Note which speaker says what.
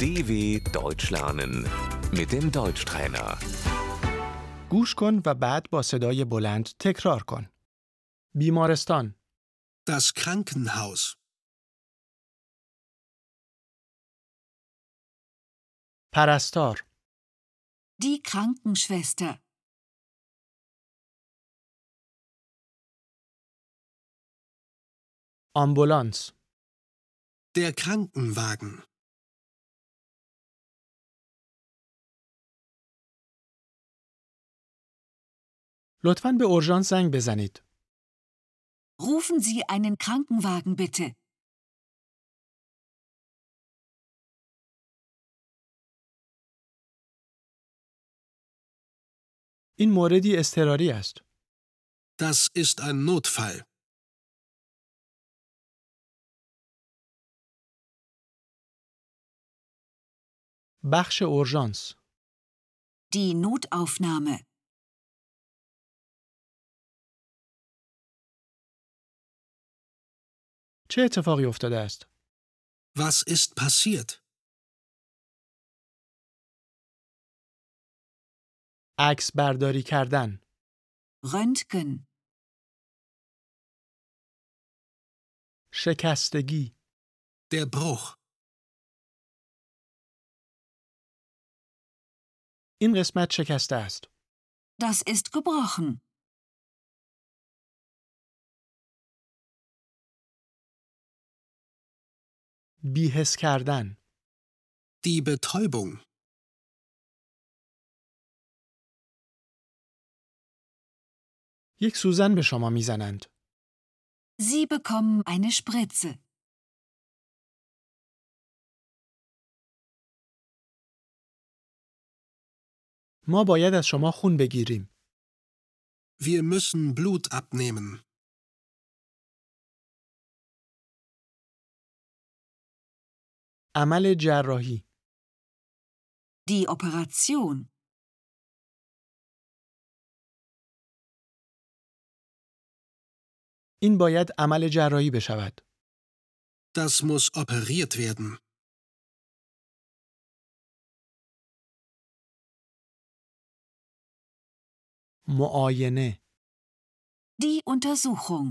Speaker 1: DW Deutsch lernen mit dem Deutschtrainer.
Speaker 2: گوش کن و بعد با صدای بلند تکرار کن. بیمارستان،
Speaker 3: Das Krankenhaus.
Speaker 2: پرستار،
Speaker 4: Die Krankenschwester.
Speaker 2: آمبولانس،
Speaker 3: Der Krankenwagen.
Speaker 2: لطفاً به اورژانس زنگ بزنید.
Speaker 4: Rufen Sie einen Krankenwagen bitte.
Speaker 2: این موردی اضطراری است.
Speaker 3: Das ist ein Notfall.
Speaker 2: بخش اورژانس،
Speaker 4: Die Notaufnahme.
Speaker 2: چه اتفاقی افتاده است؟
Speaker 3: Was ist passiert?
Speaker 2: عکس برداری کردن،
Speaker 4: Röntgen.
Speaker 2: شکستگی،
Speaker 3: Der Bruch.
Speaker 2: این قسمت شکسته است.
Speaker 4: Das ist gebrochen.
Speaker 2: بیهس کردن،
Speaker 3: Die Betäubung.
Speaker 2: یک سوزن به شما میزنند.
Speaker 4: Sie bekommen eine Spritze.
Speaker 2: ما باید از شما خون بگیریم.
Speaker 3: Wir müssen Blut abnehmen.
Speaker 2: عمل جراحی،
Speaker 4: Die Operation.
Speaker 2: این باید عمل جراحی بشود.
Speaker 3: Das muss operiert werden.
Speaker 2: معاینه،
Speaker 4: Die Untersuchung.